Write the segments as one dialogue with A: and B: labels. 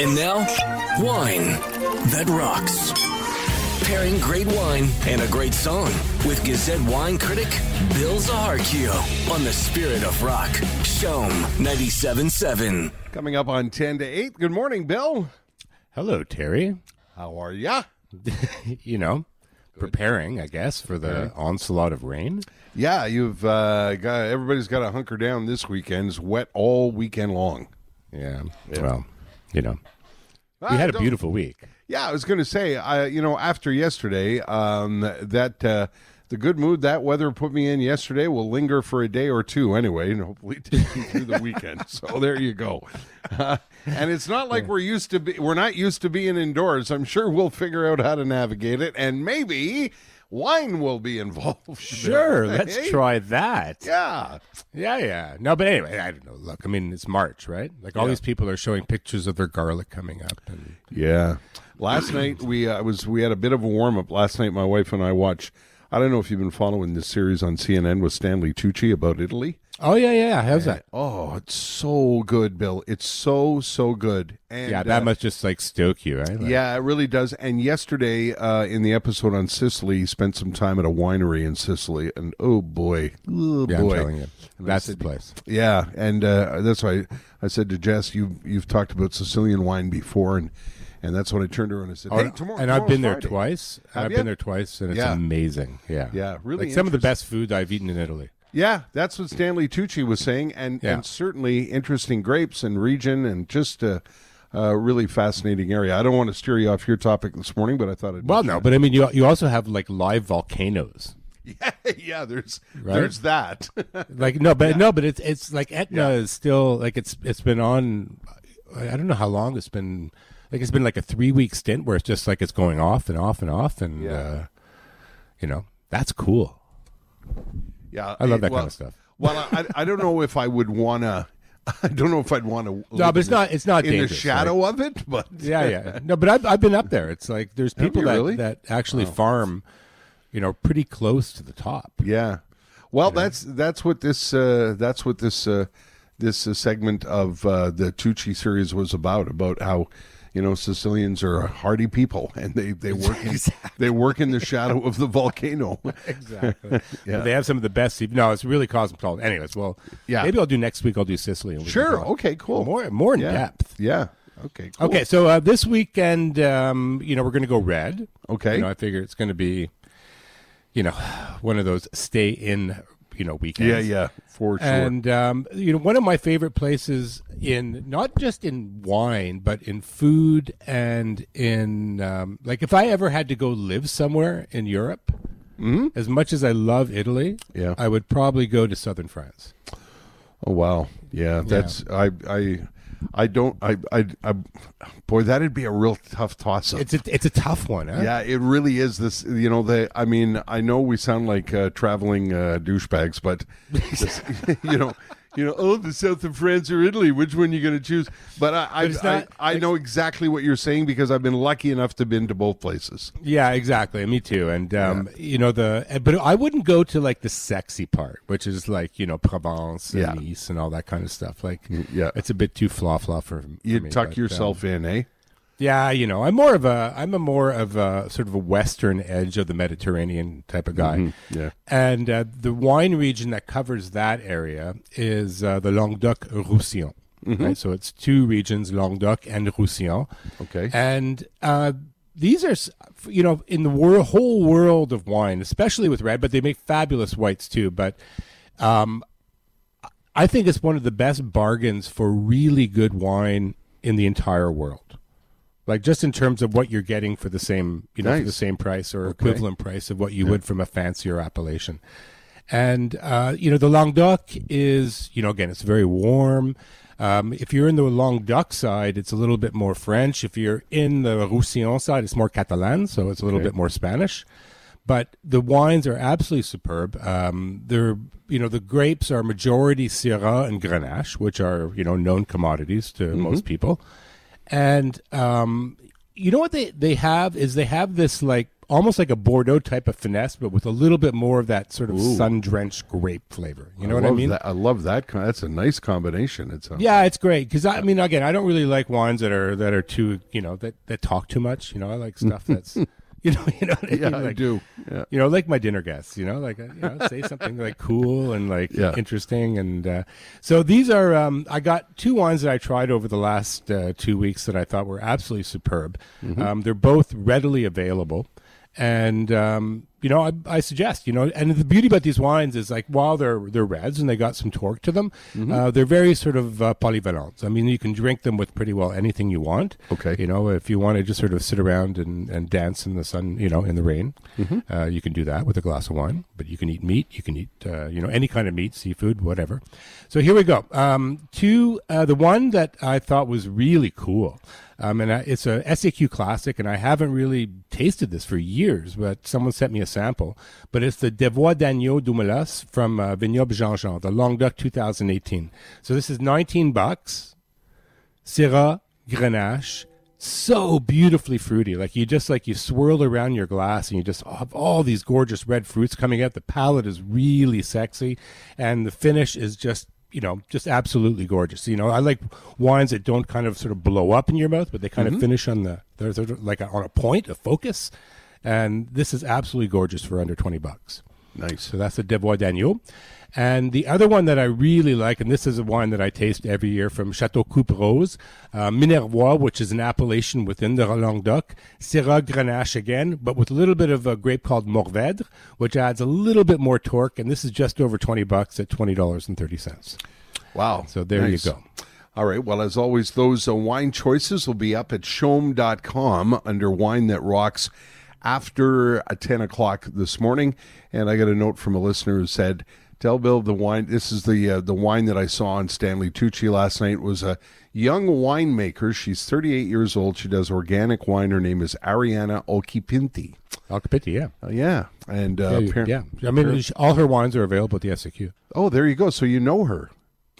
A: And now, wine that rocks. Pairing great wine and a great song with Gazette wine critic Bill Zaharkio on the spirit of rock. Shome 97.7.
B: Coming up on 10 to 8. Good morning, Bill.
C: Hello, Terry.
B: How are ya?
C: you know, preparing, I guess, for the onslaught of rain.
B: Yeah, you've uh, got everybody's got to hunker down this weekend. It's wet all weekend long.
C: Yeah. Well, you know,
B: Ah,
C: we had a
B: don't-
C: beautiful week.
B: Yeah, I was going to say, I you know, after yesterday, um, that uh, the good mood that weather put me in yesterday will linger for a day or two anyway, and hopefully take me through the weekend. So there you go. Uh, and it's not like we're used to be we're not used to being indoors. I'm sure we'll figure out how to navigate it, and maybe wine will be involved.
C: Sure, let's
B: Hey,
C: try that.
B: Yeah.
C: Yeah, yeah. No, but anyway, I don't know. Look, I mean, it's March, right? Like all these people are showing pictures of their garlic coming up, and
B: Yeah. Last night we uh, was we had a bit of a warm up. Last night my wife and I watched. I don't know if you've been following this series on CNN with Stanley Tucci about Italy.
C: oh yeah, yeah. How's that?
B: Oh, it's so good, Bill. It's so so good. And,
C: Yeah, that
B: uh,
C: must just like stoke you, right? Like,
B: Yeah, it really does. And yesterday, uh, in the episode on Sicily, he spent some time at a winery in Sicily, and oh boy, oh
C: yeah.
B: boy,
C: I'm telling you, that's the place.
B: Yeah, and uh, that's why I said to Jess, you you've talked about Sicilian wine before, and and that's when I turned to her Oh, and I said, hey, tomorrow,
C: and I've
B: tomorrow's
C: been there
B: Friday."
C: twice.
B: Have
C: I've
B: ya?
C: been there twice, and it's
B: Yeah.
C: amazing. Yeah,
B: Yeah, really
C: Like some of the best food I've eaten in Italy.
B: Yeah, that's what Stanley Tucci was saying, and
C: Yeah.
B: and certainly interesting grapes and region, and just a, a really fascinating area. I don't want to steer you off your topic this morning, but I thought it.
C: Well, no, but I mean, you you also have like live volcanoes.
B: yeah, yeah, there's
C: Right?
B: there's that.
C: Like no, but no, but it's it's like Etna is still like it's it's been on. I I don't know how long it's been. Like it's been like a three week stint where it's just like it's going off and off and off, and
B: Yeah.
C: uh, you know that's cool.
B: yeah,
C: I love that
B: well-
C: kind of stuff.
B: Well, I, I don't know if I would want to. I don't know if I'd want to.
C: No, but it's not. It's not
B: in the
C: dangerous,
B: shadow of it, but
C: yeah, yeah. No, but I've, I've been up there. It's like there's people
B: you
C: that,
B: really? Oh.
C: that actually farm, you know, pretty close to the top.
B: Yeah. Well, that's that's what this uh, that's what this uh, this uh, segment of uh, the Tucci series was about about how you know Sicilians are a hardy people and they they work in, they work in the shadow of the volcano.
C: Exactly. They have some of the best. seafood- No, it's really cosmopolitan. Anyways, well,
B: Yeah.
C: Maybe I'll do next week. I'll do Sicily. and we can
B: Sure.
C: talk
B: Okay. Cool.
C: More, more in
B: yeah.
C: depth.
B: Yeah. Okay. Cool.
C: Okay, so uh, this weekend, um, you know, we're going to go red.
B: Okay.
C: You know, I figure it's going to be, you know, one of those stay in, you know, weekends.
B: Yeah. Yeah. For sure.
C: And um, you know, one of my favorite places in not just in wine, but in food and in um, like if I ever had to go live somewhere in Europe, as much as I love Italy,
B: Mm-hmm. Yeah.
C: I would probably go to southern France.
B: Oh wow, yeah, that's I I I don't I I, I boy that'd be a real tough toss up.
C: It's a it's a tough one. Huh?
B: Yeah, it really is this. You know, the I mean, I know we sound like uh, traveling uh, douchebags, but this, you know, you know, oh, the south of France or Italy, which one you going to choose? But I I,
C: it's
B: I,
C: not-
B: I know exactly what you're saying because I've been lucky enough to been to both places.
C: Yeah, exactly. Me too. And um, you know the, but I wouldn't go to like the sexy part, which is like you know Provence and
B: Yeah. Mm,
C: Nice and all that kind of stuff. Like,
B: yeah.
C: it's a bit too fla fla for, for
B: You
C: me,
B: tuck
C: but, um,
B: yourself in, eh?
C: yeah, you know, I'm more of a, I'm a more of a sort of a western edge of the Mediterranean type of guy.
B: Mm-hmm. yeah.
C: And uh, the wine region that covers that area is uh, the Languedoc-Roussillon.
B: Mm-hmm.
C: Right? So it's two regions, Languedoc and Roussillon.
B: Okay.
C: And uh, these are, s- you know, in the wor- whole world of wine, especially with red, but they make fabulous whites too. But I think it's one of the best bargains for really good wine in the entire world. Like just in terms of what you're getting for the same, you know, for
B: Nice.
C: the same price or equivalent price of what you would from a fancier appellation. And uh, you know, the Languedoc is, you know, again, it's very warm. Um, if you're in the Languedoc side, it's a little bit more French. If you're in the Roussillon side, it's more Catalan, so it's a little bit more Spanish but the wines are absolutely superb. Um, they're you know the grapes are majority Syrah and Grenache, which are you know known commodities to most people, and um, you know what they they have is they have this like almost like a Bordeaux type of finesse, but with a little bit more of that sort of sun drenched grape flavor. You know what I
B: love
C: mean?
B: That. I love that. co- That's a nice combination. It's a,
C: Yeah, it's great because I, I mean, again, I don't really like wines that are that are too you know that that talk too much. You know, I like stuff that's you know you know what I mean?
B: Yeah, I
C: Like,
B: do. Yeah.
C: You know, like my dinner guests. You know, like uh, you know, say something like cool and like
B: Yeah.
C: interesting. And uh, so these are um, I got two wines that I tried over the last uh, two weeks that I thought were absolutely superb.
B: Mm-hmm.
C: Um, they're both readily available. And um, you know, I, I suggest you know, and the beauty about these wines is like while they're they're reds and they got some torque to them,
B: Mm-hmm.
C: uh, they're very sort of uh, polyvalent. I mean, you can drink them with pretty well anything you want.
B: Okay.
C: you know, if you want to just sort of sit around and, and dance in the sun, you know, in the rain, uh, you can do that with a glass of wine. But you can eat meat, you can eat uh, you know any kind of meat, seafood, whatever. So here we go. Um, two, uh, the one that I thought was really cool. Um, and I, it's a SAQ classic, and I haven't really tasted this for years, but someone sent me a sample. But it's the Devois d'Agneau Dumoulin from uh, Vignoble Jean Jean, the Languedoc 2018. So this is 19 bucks. Syrah Grenache. So beautifully fruity. Like you just like you swirl around your glass and you just have all these gorgeous red fruits coming out. The palette is really sexy and the finish is just you know, just absolutely gorgeous. You know, I like wines that don't kind of sort of blow up in your mouth, but they kind of finish on the they're, they're like on a point, a focus. And this is absolutely gorgeous for under twenty bucks.
B: Nice.
C: So that's the Devois Daniel. And the other one that I really like, and this is a wine that I taste every year from Chateau Couperose, uh, Minervois, which is an appellation within the Languedoc, Syrah Grenache again, but with a little bit of a grape called Morvedre, which adds a little bit more torque. And this is just over 20 bucks at $20.30.
B: Wow.
C: So there you
B: Nice.
C: go.
B: All right. Well, as always, those uh, wine choices will be up at shom.com under Wine That Rocks after uh, 10 o'clock this morning. And I got a note from a listener who said, Tell Bill the wine. This is the uh, the wine that I saw on Stanley Tucci last night. It was a young winemaker. She's 38 years old. She does organic wine. Her name is Ariana Okipinti.
C: Alcapiti, Oh, yeah.
B: Uh, yeah, and uh,
C: Yeah, you-
B: appar-
C: yeah. I mean, all her wines are available at the SAQ.
B: Oh, there you go. So you know her.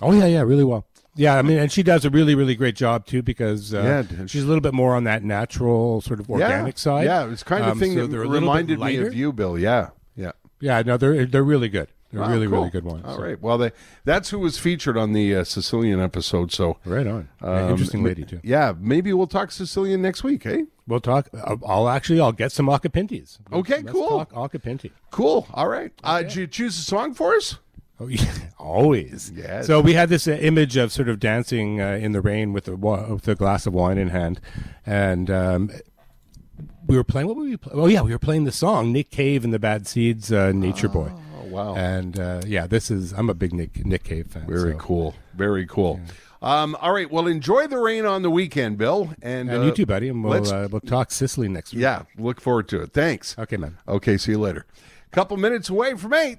C: Oh yeah, yeah, really well. Yeah, I mean, and she does a really, really great job too because uh,
B: Yeah, dude.
C: she's a little bit more on that natural sort of organic
B: yeah.
C: side.
B: Yeah, it's kind of
C: Um,
B: thing
C: so
B: that
C: they're a little bit
B: reminded me
C: lighter.
B: of you, Bill. Yeah, yeah.
C: Yeah, no, they're they're really good. They're
B: Wow,
C: really,
B: cool.
C: really good wines.
B: All
C: So,
B: right. Well, they, that's who was featured on the uh, Sicilian episode. So,
C: right on. Yeah,
B: um,
C: interesting
B: ma-
C: lady too.
B: Yeah, maybe we'll talk Sicilian next week, eh?
C: We'll talk. I'll, I'll actually I'll get some acapintis.
B: Okay,
C: Let's
B: cool.
C: Talk acapinti.
B: Cool. All right. Uh, did you choose a song for us?
C: Oh, yeah, always.
B: Yes.
C: So we had this uh, image of sort of dancing uh, in the rain with a wa- with a glass of wine in hand, and um, we were playing. What were we? Play? Oh yeah, we were playing the song Nick Cave and the Bad Seeds, uh, Nature Boy.
B: Oh, wow.
C: And uh, yeah, this is. I'm a big Nick Nick Cave fan.
B: Very
C: so-
B: cool. Very cool. Um, all right. Well, enjoy the rain on the weekend, Bill. And,
C: And
B: uh,
C: you too, buddy. And
B: let's-
C: we'll uh, we'll talk Sicily next week.
B: Yeah, look forward to it. Thanks.
C: Okay, man.
B: Okay, see you later. Couple minutes away from eight.